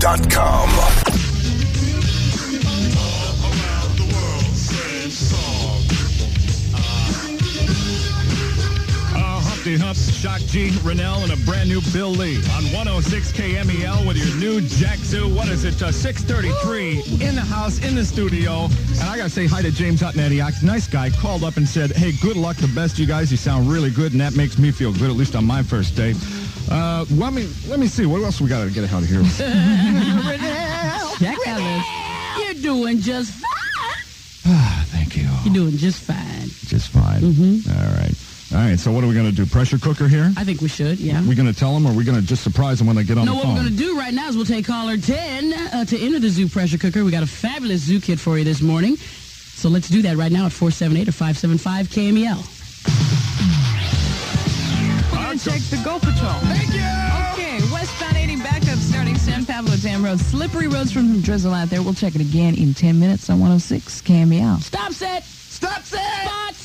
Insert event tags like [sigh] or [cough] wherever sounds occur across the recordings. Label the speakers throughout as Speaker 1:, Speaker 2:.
Speaker 1: airchecks.com.
Speaker 2: Uh, Humpty Hump, Shock G, Rennell, and a brand new Bill Lee on 106 KMEL E with your new Jack Zoo. What is it? Uh, 633 in the house, in the studio. And I got to say hi to James Hutton at Eox. Nice guy. Called up and said, hey, good luck. The best you guys. You sound really good, and that makes me feel good, at least on my first day. Uh, let me let me see. What else we got to get out
Speaker 3: [laughs]
Speaker 2: of here?
Speaker 3: Jack Ellis, you're doing just fine.
Speaker 2: Thank you.
Speaker 3: You're doing just fine.
Speaker 2: Just fine. All right. All right. So what are we going to do? Pressure cooker here?
Speaker 3: Mm-hmm. I think we should, yeah.
Speaker 2: we going to tell them, or we going to just surprise them when they get on
Speaker 3: no,
Speaker 2: the
Speaker 3: what
Speaker 2: phone?
Speaker 3: we're going to do right now is we'll take caller 10 uh, to enter the zoo pressure cooker. We got a fabulous zoo kit for you this morning. So let's do that right now at 478 or 575 KMEL.
Speaker 4: We're going to check the Go Patrol. Thank you. Okay, westbound 80 backup starting San Pablo Dam Road. Slippery roads from some drizzle out there. We'll check it again in 10 minutes on 106 KMEL.
Speaker 3: Stop set! Stop set! Spots!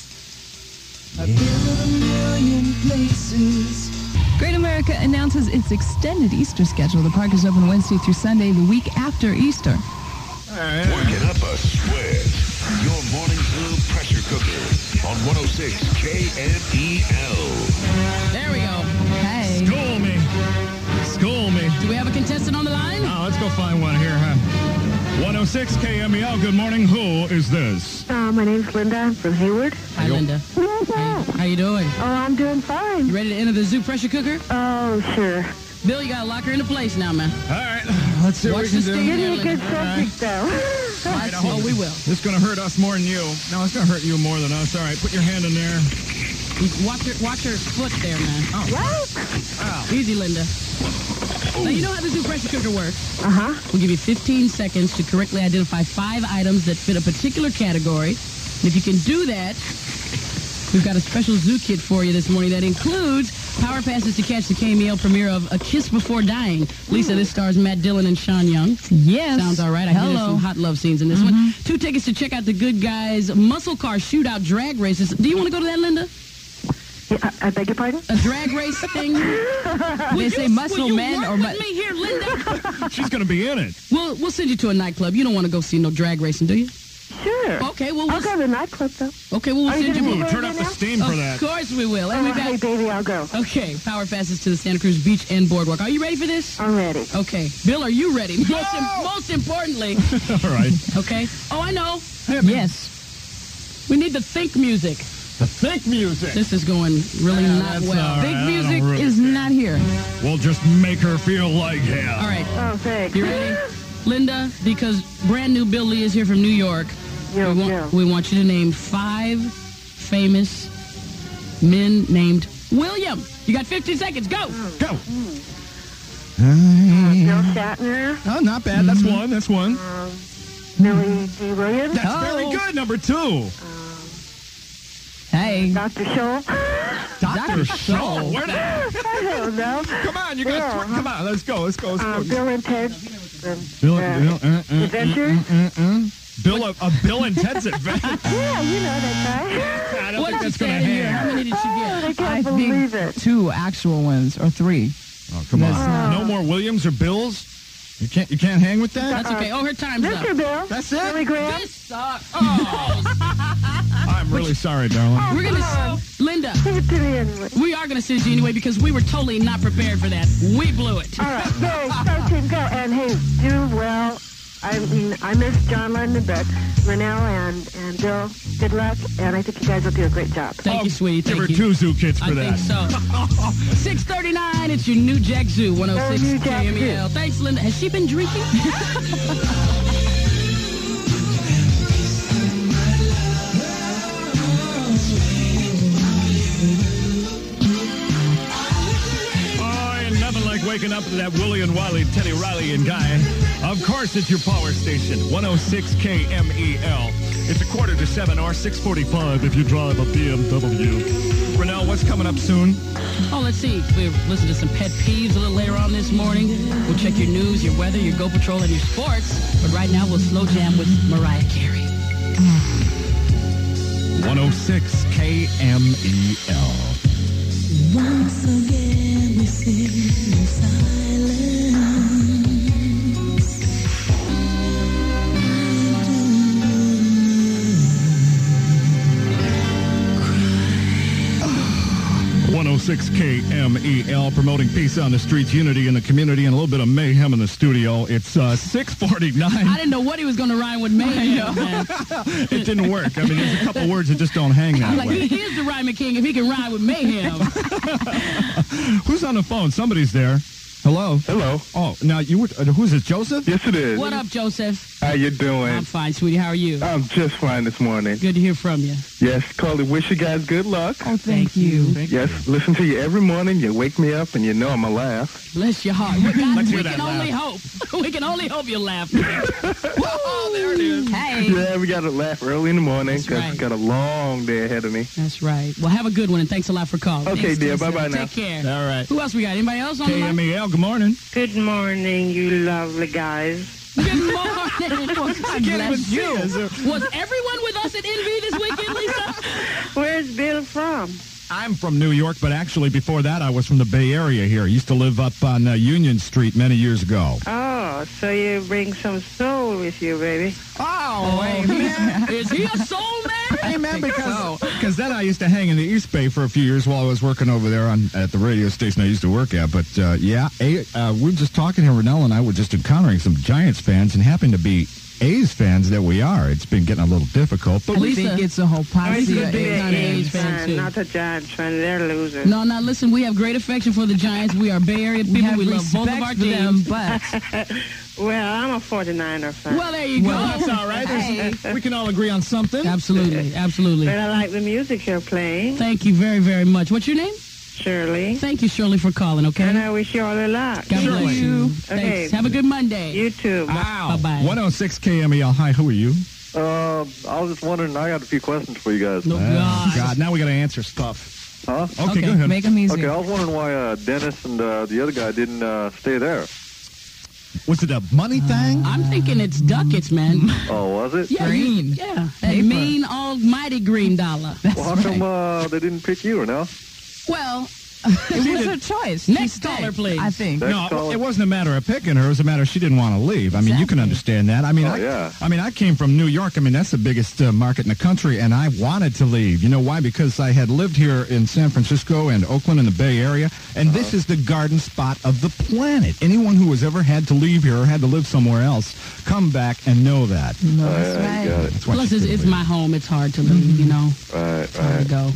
Speaker 4: Great America announces its extended Easter schedule. The park is open Wednesday through Sunday, the week after Easter.
Speaker 1: Working up a sweat. Your morning zoo pressure cooker on 106 E KMEL.
Speaker 3: There we go.
Speaker 4: Hey.
Speaker 2: School me. School me.
Speaker 3: Do we have a contestant on the line?
Speaker 2: Oh, let's go find one here, huh? 106 KMEL. E Good morning. Who is this?
Speaker 5: Uh, my name's Linda I'm from Hayward.
Speaker 3: Hi, Linda.
Speaker 5: oh,
Speaker 3: How you doing?
Speaker 5: I'm doing
Speaker 3: You
Speaker 5: fine.
Speaker 3: ready to enter the zoo pressure cooker?
Speaker 5: Oh, sure.
Speaker 3: Bill, you got to lock her into place now, man.
Speaker 2: All right. Let's see what
Speaker 3: Watch
Speaker 2: we can
Speaker 3: this
Speaker 2: do.
Speaker 3: thing.
Speaker 5: Give me a good
Speaker 2: Alright.
Speaker 5: subject, though.
Speaker 3: Oh, we will.
Speaker 2: This is going to hurt us more than you. No, it's going to hurt you more than us. All right. Put your hand in there.
Speaker 3: Watch her, watch her foot there, man. Oh. Easy, Linda.
Speaker 4: Oh.
Speaker 3: Now, you know how the zoo pressure cooker works.
Speaker 4: Uh-huh.
Speaker 5: Uh huh.
Speaker 3: We'll give you 15 seconds to correctly identify five items that fit a particular category. And if you can do that, we've got a special zoo kit for you this morning that includes power passes to catch the KML premiere of A Kiss Before Dying. Lisa, this stars Matt Dillon and Sean Young.
Speaker 4: Yes.
Speaker 3: Sounds all right. I hear there's
Speaker 4: Hello. Mm-hmm.
Speaker 3: some hot love scenes in this one. Two tickets to check out the good guys muscle car shootout drag races. Do you want to go to that, Linda?
Speaker 5: Yeah, I, I beg your pardon?
Speaker 3: A drag race thing?
Speaker 4: They say muscle
Speaker 3: Will you
Speaker 4: men
Speaker 3: work
Speaker 4: or...
Speaker 3: with
Speaker 4: mu-
Speaker 3: me here, Linda?
Speaker 2: She's going to be in it.
Speaker 3: [laughs] we'll we'll send you to a nightclub. You don't want to go see no drag racing, do you?
Speaker 5: Sure.
Speaker 3: Okay, well
Speaker 5: I'll
Speaker 3: we'll,
Speaker 5: go to the nightclub, though.
Speaker 3: okay, well, we'll
Speaker 5: Are you
Speaker 3: send you.
Speaker 5: gonna
Speaker 2: Ooh,
Speaker 5: Where
Speaker 2: turn
Speaker 5: are
Speaker 2: up
Speaker 5: they
Speaker 2: the
Speaker 5: now?
Speaker 2: steam for that.
Speaker 3: Of course we will. And
Speaker 5: Oh,
Speaker 3: we
Speaker 5: hey,
Speaker 3: got
Speaker 5: baby, I'll go.
Speaker 3: okay power passes to the Santa Cruz Beach and Boardwalk. Are you ready for this?
Speaker 5: I'm ready.
Speaker 3: Okay, Bill, are you ready? Most im- most importantly,
Speaker 2: [laughs] All right.
Speaker 3: okay. Oh, I know.
Speaker 4: Yes.
Speaker 3: We need the think music.
Speaker 2: The thick music.
Speaker 3: This is going really
Speaker 2: Yeah,
Speaker 3: not
Speaker 2: that's
Speaker 3: well.
Speaker 2: all right.
Speaker 4: Big
Speaker 2: I don't
Speaker 4: music
Speaker 2: really
Speaker 4: is
Speaker 2: care.
Speaker 4: not here.
Speaker 2: We'll just make her feel like hell.
Speaker 3: All right,
Speaker 5: Oh, thanks.
Speaker 3: you ready, Linda? Because brand new Bill Lee is here from New York.
Speaker 5: Yo,
Speaker 2: Oh,
Speaker 3: we, want,
Speaker 5: yo.
Speaker 3: we want you to name five famous men named William. You got 15 seconds.
Speaker 2: Oh,
Speaker 3: Go.
Speaker 2: Go.
Speaker 5: Uh, Bill Shatner,
Speaker 2: Oh, not bad. That's
Speaker 3: Mm-hmm.
Speaker 2: one. That's one.
Speaker 5: Billy D. Williams,
Speaker 3: Oh.
Speaker 2: That's very good. Number two.
Speaker 4: Hey.
Speaker 5: Dr. Scholl. [laughs]
Speaker 2: Dr. Show. Where the-
Speaker 5: I don't know.
Speaker 2: Come on, you got
Speaker 5: Yeah.
Speaker 2: three. Come on, let's go. Let's go. Let's
Speaker 5: Uh,
Speaker 2: go.
Speaker 5: Bill and Ted. um,
Speaker 2: Bill,
Speaker 5: uh,
Speaker 2: Bill, uh, uh,
Speaker 5: Adventures?
Speaker 2: Bill, a, a Bill and Ted's
Speaker 3: [laughs]
Speaker 2: adventure.
Speaker 5: Yeah, you know that guy.
Speaker 2: I don't
Speaker 3: What
Speaker 2: think
Speaker 3: did you
Speaker 2: that's
Speaker 3: say
Speaker 2: going to
Speaker 3: in here? How
Speaker 2: hang.
Speaker 3: many did you
Speaker 5: Oh,
Speaker 3: get?
Speaker 5: I can't
Speaker 4: I
Speaker 5: believe
Speaker 4: think
Speaker 5: it.
Speaker 4: two actual ones or three.
Speaker 2: Oh, come
Speaker 4: That's
Speaker 2: on. No more Williams or Bills. You can't. You can't hang with that.
Speaker 3: That's okay. Oh, her time's
Speaker 5: Mr.
Speaker 3: up.
Speaker 5: Bill.
Speaker 2: That's it?
Speaker 5: Billy Graham.
Speaker 3: This sucks. Oh,
Speaker 2: I'm really sorry, darling.
Speaker 3: we're gonna, Linda.
Speaker 5: Give it to me anyway.
Speaker 3: We are gonna send you anyway because we were totally not prepared for that. We blew it.
Speaker 2: Uh,
Speaker 5: All right, yay, go team, go. And hey, do well. I mean, I miss John Lennon, but Linnell and, and Bill, good luck, and I think you guys will do a great job.
Speaker 3: Thank you, sweetie.
Speaker 2: Give
Speaker 3: Thank
Speaker 2: her
Speaker 3: you.
Speaker 2: two zoo kids for
Speaker 3: I
Speaker 2: that.
Speaker 3: think
Speaker 2: [laughs]
Speaker 3: so. 639, it's your new Jack Zoo, 106
Speaker 5: Oh, new Jack
Speaker 3: KMEL. E Thanks, Linda. Has she been drinking?
Speaker 2: Oh, ain't nothing like waking up to that Willie and Wiley, Teddy Riley and Guy. Of course, it's your power station, 106 KMEL. E It's a quarter to seven or 645 if you drive a BMW. Renell, what's coming up soon?
Speaker 3: Oh, let's see. We'll listen to some pet peeves a little later on this morning. We'll check your news, your weather, your Go Patrol, and your sports. But right now, we'll slow jam with Mariah Carey.
Speaker 2: 106 E KMEL.
Speaker 6: Once again, we sit in silence.
Speaker 2: 106 KMEL, E promoting peace on the streets, unity in the community, and a little bit of mayhem in the studio. It's uh, 649.
Speaker 3: I didn't know what he was going to rhyme with mayhem. man.
Speaker 2: It didn't work. I mean, there's a
Speaker 3: [laughs]
Speaker 2: couple words that just don't hang
Speaker 3: I'm
Speaker 2: that
Speaker 3: like,
Speaker 2: way.
Speaker 3: [laughs] he is the rhyming king if he can rhyme with mayhem.
Speaker 2: Who's on the phone? Somebody's there. Hello?
Speaker 6: Hello.
Speaker 2: Oh, now you were, uh, who's this, Joseph?
Speaker 6: Yes, it is.
Speaker 3: what up, Joseph?
Speaker 6: How you doing?
Speaker 3: I'm fine, sweetie. How are you?
Speaker 6: I'm just fine this morning.
Speaker 3: Good to hear from you.
Speaker 6: Yes, Carly, wish you guys good luck.
Speaker 4: Oh, thank you.
Speaker 2: Thank
Speaker 6: Yes, listen to you every morning. You wake me up and you know I'm alive.
Speaker 3: Bless your heart. Well, God,
Speaker 2: Let's
Speaker 3: we
Speaker 2: hear that
Speaker 3: can only hope. [laughs] We can only hope you'll laugh. oh, there it is.
Speaker 4: Hey.
Speaker 6: Yeah, we got to laugh early in the morning
Speaker 3: That's
Speaker 6: because
Speaker 3: right.
Speaker 6: we got a long day ahead of me.
Speaker 3: That's right. Well, have a good one, and thanks a lot for calling.
Speaker 6: Okay,
Speaker 3: Thanks,
Speaker 6: dear.
Speaker 3: Joseph.
Speaker 6: Bye-bye now.
Speaker 3: Take care.
Speaker 2: All right.
Speaker 3: Who else we got? Anybody else on the line?
Speaker 2: KMEL, E good morning.
Speaker 5: Good morning, you lovely guys.
Speaker 3: Good morning.
Speaker 4: Bless you.
Speaker 3: Was everyone with us at NV this weekend, Lisa?
Speaker 5: Where's Bill from?
Speaker 2: I'm from New York, but actually before that I was from the Bay Area here. I used to live up on uh, Union Street many years ago.
Speaker 5: Oh, so you bring some soul with you, baby.
Speaker 4: Oh, amen.
Speaker 3: Is he a soul man?
Speaker 2: Amen, because because then I used to hang in the East Bay for a few years while I was working over there on at the radio station I used to work at. But uh, yeah, a, uh, we were just talking here, Renell and I were just encountering some Giants fans and happen to be A's fans that we are. It's been getting a little difficult, but
Speaker 4: We
Speaker 2: we,
Speaker 3: Lisa.
Speaker 4: think it's a whole posse.
Speaker 3: Lisa,
Speaker 4: of
Speaker 3: be
Speaker 4: Asian
Speaker 3: an A's
Speaker 4: Asians.
Speaker 3: fan.
Speaker 5: fan,
Speaker 3: too.
Speaker 5: not a Giants fan. They're losers.
Speaker 3: No, no, listen, we have great affection for the Giants. We are Bay Area people.
Speaker 4: We have
Speaker 3: We, love both of
Speaker 4: respect
Speaker 3: our
Speaker 4: for them,
Speaker 3: teams.
Speaker 4: but
Speaker 3: [laughs]
Speaker 5: Well, I'm a 49er fan.
Speaker 3: Well, there you
Speaker 2: well, that's
Speaker 3: go.
Speaker 2: all right. There's- We can all agree on something.
Speaker 3: Absolutely, absolutely.
Speaker 5: but I like the music you're playing,
Speaker 3: Thank you very, very much. What's your name?
Speaker 5: Shirley.
Speaker 3: Thank you, Shirley, for calling,
Speaker 5: And
Speaker 3: okay?
Speaker 5: I wish you all the luck.
Speaker 3: God bless you.
Speaker 5: Okay.
Speaker 3: Thanks. Have a good Monday.
Speaker 5: You too.
Speaker 2: Wow.
Speaker 3: Bye-bye.
Speaker 2: 106 KMEL. Hi, who are you?
Speaker 7: Uh, I was just wondering. I got a few questions for you guys.
Speaker 3: No, Oh, God.
Speaker 2: God, now we got to answer stuff.
Speaker 7: Huh?
Speaker 2: Okay,
Speaker 4: okay,
Speaker 2: go ahead.
Speaker 4: make them easy.
Speaker 7: Okay, I was wondering why uh, Dennis and uh, the other guy didn't uh, stay there.
Speaker 2: Was it a money
Speaker 3: Uh,
Speaker 2: thing?
Speaker 3: I'm thinking it's duckets, man.
Speaker 4: [laughs]
Speaker 7: Oh, was it?
Speaker 3: Yeah, you-
Speaker 4: Green.
Speaker 3: Yeah, that
Speaker 4: Paper.
Speaker 3: mean almighty green dollar.
Speaker 7: Well, how come uh, they didn't pick you or no?
Speaker 3: Well,
Speaker 4: [laughs]
Speaker 3: [laughs]
Speaker 4: It was her choice.
Speaker 3: Next
Speaker 4: She stayed,
Speaker 3: caller, please.
Speaker 4: I think.
Speaker 7: Next
Speaker 2: No,
Speaker 7: caller.
Speaker 2: it wasn't a matter of picking her. It was a matter of she didn't want to leave. I mean, you can understand that. I mean,
Speaker 7: Oh,
Speaker 2: I,
Speaker 7: yeah.
Speaker 2: I mean, I came from New York. I mean, that's the biggest uh, market in the country, and I wanted to leave. You know why? Because I had lived here in San Francisco and Oakland and the Bay Area, and
Speaker 7: Uh-huh.
Speaker 2: this is the garden spot of the planet. Anyone who has ever had to leave here or had to live somewhere else, come back and know that.
Speaker 4: No, that's
Speaker 7: yeah, you
Speaker 4: right.
Speaker 7: got it.
Speaker 2: That's why
Speaker 3: plus
Speaker 2: she
Speaker 3: it's,
Speaker 2: couldn't
Speaker 3: it's
Speaker 2: leave.
Speaker 3: my home. It's hard to leave, you know.
Speaker 7: Right,
Speaker 3: There we
Speaker 7: right.
Speaker 3: go.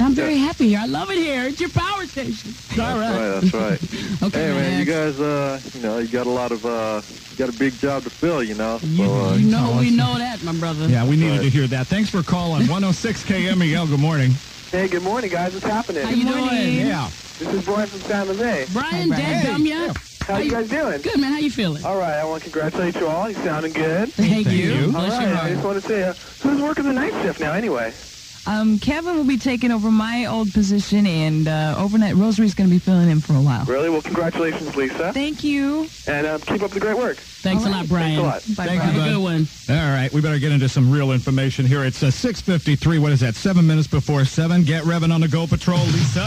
Speaker 3: I'm very happy here. I love it here. It's your power station. All right.
Speaker 7: Right, that's
Speaker 3: [laughs]
Speaker 7: right.
Speaker 3: Okay,
Speaker 7: hey man, you
Speaker 3: next.
Speaker 7: guys, uh, you know, you got a lot of, uh, you got a big job to fill, you know.
Speaker 3: You,
Speaker 7: so, uh,
Speaker 3: you know,
Speaker 2: tell
Speaker 3: we
Speaker 2: us.
Speaker 3: know that, my brother.
Speaker 2: Yeah, we needed
Speaker 7: Right.
Speaker 2: to hear that. Thanks for [laughs] calling 106 KMEL. Good morning.
Speaker 8: Hey, good morning, guys. What's happening?
Speaker 3: How you
Speaker 4: Good morning.
Speaker 3: doing?
Speaker 2: Yeah.
Speaker 8: This is Brian from San Jose.
Speaker 3: Brian,
Speaker 4: Hi, Brian.
Speaker 3: dad, dumb ya?
Speaker 8: How you guys doing?
Speaker 3: Good, man. How you feeling?
Speaker 8: All right, I want to congratulate you all. You sounding good.
Speaker 3: Thank,
Speaker 2: you.
Speaker 8: All
Speaker 3: Bless your
Speaker 8: right, I
Speaker 3: heart.
Speaker 8: just want to say, uh, who's working the night shift now, anyway?
Speaker 4: Um, Kevin will be taking over my old position, and uh, overnight Rosary's going to be filling in for a while.
Speaker 8: Really? Well, congratulations, Lisa.
Speaker 4: Thank you.
Speaker 8: And um, keep up the great work.
Speaker 3: Thanks a lot, Brian.
Speaker 8: Thanks a lot.
Speaker 4: Bye,
Speaker 2: Thank you,
Speaker 4: Brian.
Speaker 3: Have a
Speaker 2: bud.
Speaker 3: good one.
Speaker 2: All right, we better get into some real information here. It's uh, 6.53. What is that? Seven minutes before seven. Get Revan on the Go Patrol, Lisa.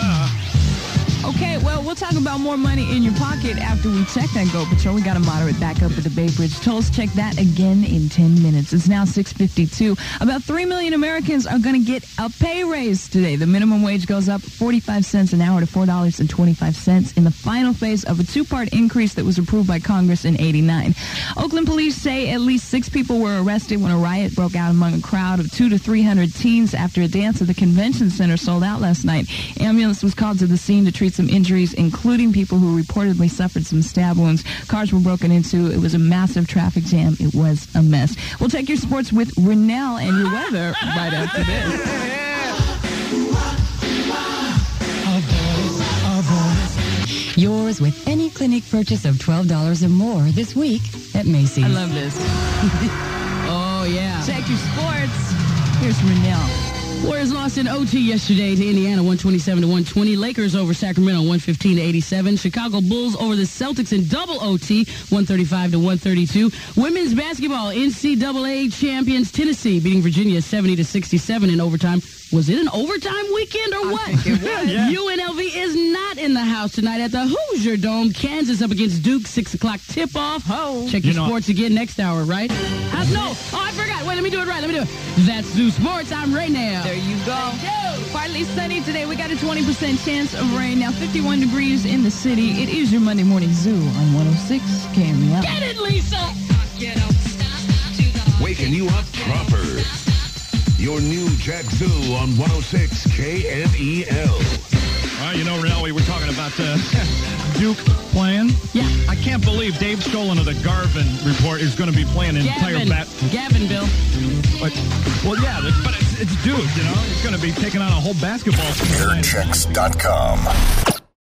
Speaker 4: Okay, well, we'll talk about more money in your pocket after we check that Goat Patrol. We got a moderate backup at the Bay Bridge tolls. Check that again in 10 minutes. It's now 652. About 3 million Americans are going to get a pay raise today. The minimum wage goes up 45 cents an hour to $4.25 in the final phase of a two-part increase that was approved by Congress in 89. Oakland police say at least six people were arrested when a riot broke out among a crowd of two to 300 teens after a dance at the convention center sold out last night. Ambulance was called to the scene to treat some injuries, including people who reportedly suffered some stab wounds. Cars were broken into. It was a massive traffic jam. It was a mess. We'll take your sports with Rennell and your weather right after this.
Speaker 9: Yours with any clinic purchase of $12 or more this week at Macy's.
Speaker 4: I love this.
Speaker 3: Oh, yeah.
Speaker 4: Check your sports. Here's Rennell.
Speaker 3: Warriors lost in OT yesterday to Indiana 127 to 120. Lakers over Sacramento 115 to 87. Chicago Bulls over the Celtics in double OT 135 to 132. Women's basketball NCAA champions Tennessee beating Virginia 70 to 67 in overtime. Was it an overtime weekend or what? [laughs] UNLV is not in the house tonight at the Hoosier Dome. Kansas up against Duke, 6 o'clock tip off. Ho. Check
Speaker 2: You
Speaker 3: your
Speaker 2: know-
Speaker 3: sports again next hour, right? How's no? Oh, I forgot. Wait, let me do it right. Let me do it. That's Zoo Sports. I'm right now.
Speaker 4: There you go. Parlay partly sunny today. We got a 20% chance of rain. Now 51 degrees in the city. It is your Monday morning zoo on 106 KML.
Speaker 3: Get it, Lisa!
Speaker 1: Waking you up proper. Your new Jack Zoo on 106 E KMEL.
Speaker 2: All right, you know, Renell, we were talking about uh, [laughs] Duke playing.
Speaker 3: Yeah.
Speaker 2: I can't believe Dave Stolen of the Garvin Report is going to be playing an entire
Speaker 3: Gavin.
Speaker 2: bat.
Speaker 3: Gavin, Bill.
Speaker 2: But, well, yeah, but- but it's, it's Duke, you know? He's going to be taking on a whole basketball team. tonight.
Speaker 1: Airchecks.com.